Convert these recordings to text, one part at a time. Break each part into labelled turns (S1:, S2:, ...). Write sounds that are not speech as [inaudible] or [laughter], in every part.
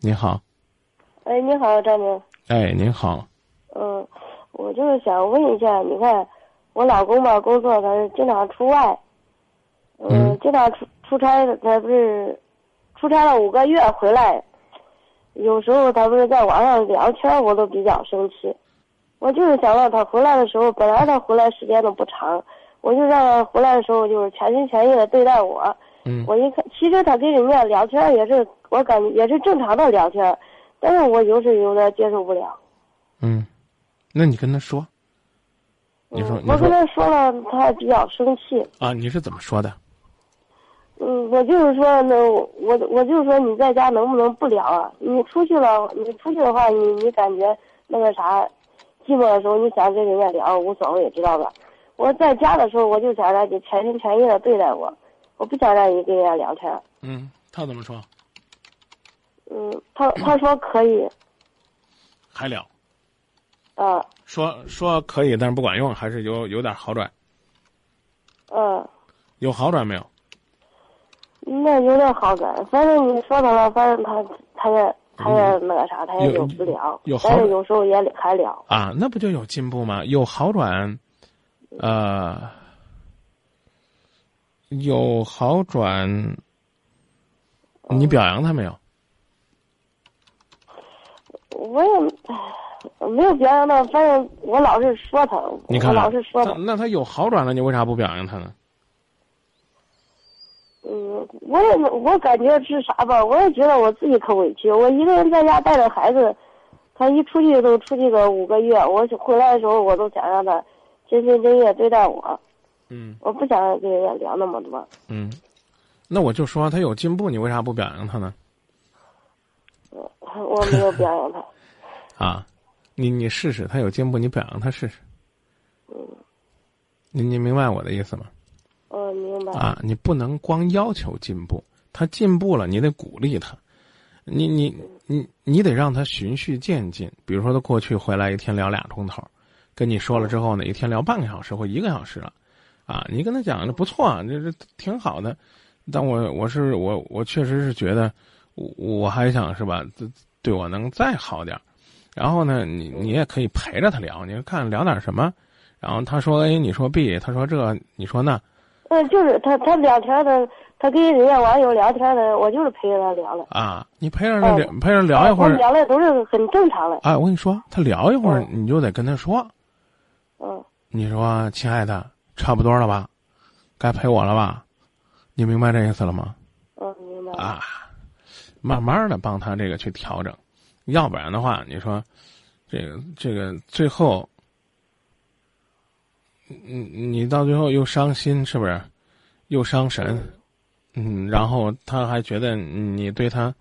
S1: 你好，
S2: 哎，你好，张明。
S1: 哎，您好，
S2: 嗯，我就是想问一下，你看我老公吧，工作他是经常出外，嗯，
S1: 嗯
S2: 经常出出差，他不是出差了五个月回来，有时候他不是在网上聊天，我都比较生气。我就是想让他回来的时候，本来他回来时间都不长，我就让他回来的时候就是全心全意的对待我。
S1: 嗯
S2: 我一看，其实他跟人家聊天也是，我感觉也是正常的聊天，但是我就是有点接受不了。
S1: 嗯，那你跟他说，你说
S2: 嗯
S1: 你
S2: 我
S1: 说
S2: 跟他说了，他还比较生气。
S1: 啊，你是怎么说的？
S2: 嗯，我就是说呢，我我我就是说你在家能不能不聊啊？你出去了，你出去的话，你你感觉那个啥，寂寞的时候你想跟人家聊无所谓，知道吧？我在家的时候，我就想让你全心全意的对待我，我不想让你跟人家聊天。
S1: 嗯，他怎么说？
S2: 嗯，他他说可以，
S1: 还聊？
S2: 啊、
S1: 说说可以，但是不管用，还是有有点好转，
S2: 嗯、
S1: 有好转没有？
S2: 那有点好感。反正你说他了，反正他他也他也那个啥，他也
S1: 嗯有
S2: 有不聊，
S1: 有好
S2: 但是
S1: 感
S2: 有时候也还聊。
S1: 啊，那不就有进步吗？有好转，呃，有好转，你表扬他没有？
S2: 我也唉没有表扬他，反正我老是说他，
S1: 你看看，
S2: 我老是说他
S1: 他，那他有好转了，你为啥不表扬他呢？
S2: 嗯，我也我感觉是啥吧，我也觉得我自己可委屈，我一个人在家带着孩子，他一出去都出去个五个月，我回来的时候我都想让他真心真意地对待我，
S1: 嗯
S2: 我不想跟人家聊那么多， [laughs]
S1: 嗯，那我就说他有进步，你为啥不表扬他呢？
S2: 我没有表扬他，
S1: 啊，你你试试，他有进步，你表扬他试试。你你明白我的意思吗？
S2: 嗯，明白，
S1: 啊，你不能光要求进步，他进步了，你得鼓励他，你你你你得让他循序渐进。比如说，他过去回来一天聊俩钟头，跟你说了之后呢，一天聊半个小时或一个小时了，啊，你跟他讲这不错啊，这这挺好的，但我我是我我确实是觉得，我我还想是吧，这对我能再好点儿然后呢，你你也可以陪着他聊，你看聊点什么，然后他说哎 A，你说 B，他说这，你说那，
S2: 嗯，就是他他聊天的，他跟人家网友聊天的，我就是陪着他聊了，
S1: 啊，你陪着他聊，陪着聊一会
S2: 哦我
S1: 儿。
S2: 聊的都是很正常的，
S1: 哎，我跟你说，他聊一会儿，
S2: 哦
S1: 你就得跟他说，
S2: 嗯
S1: 你说：“亲爱的，差不多了吧？该陪我了吧？你明白这意思了吗
S2: 嗯，明白？”了。
S1: 啊，慢慢的帮他这个去调整，要不然的话，你说，这个这个最后，你你到最后又伤心，是不是？又伤神，嗯，然后他还觉得你对他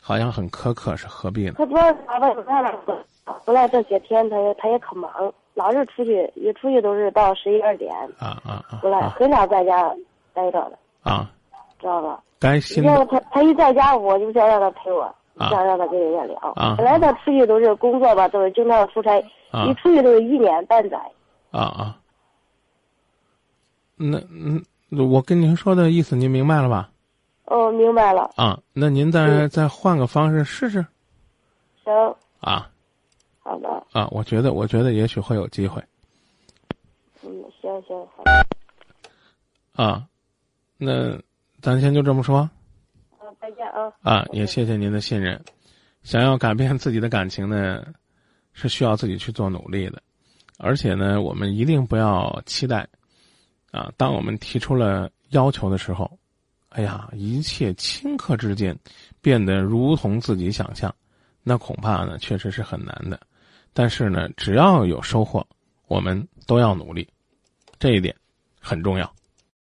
S1: 好像很苛刻，是何必呢？
S2: 他主要是啥吧，你看他回来这些天，他也他也可忙，老是出去，一出去都是到十一二点
S1: 啊啊啊！
S2: 回来，
S1: 啊
S2: 很少在家待着的，
S1: 啊，
S2: 知道吧？
S1: 该
S2: 你
S1: 新
S2: 看
S1: 的
S2: 他他一在家，我就想让他陪我，想让他跟人家聊。
S1: 啊
S2: 本来他出去都是工作吧，都是经常出差，
S1: 啊
S2: 一出去都是一年半载。
S1: 啊啊。那嗯，我跟您说的意思您明白了吧？
S2: 哦，明白了，
S1: 啊，那您再再换个方式试试
S2: 行，
S1: 啊
S2: 好的，
S1: 啊！我觉得我觉得也许会有机会
S2: 嗯，行行，好
S1: 啊。那咱先就这么说
S2: 嗯，再见啊。
S1: 啊，也谢谢您的信任。想要改变自己的感情呢，是需要自己去做努力的，而且呢，我们一定不要期待啊。当我们提出了要求的时候，哎呀，一切顷刻之间变得如同自己想象，那恐怕呢确实是很难的。但是呢，只要有收获，我们都要努力，这一点很重要。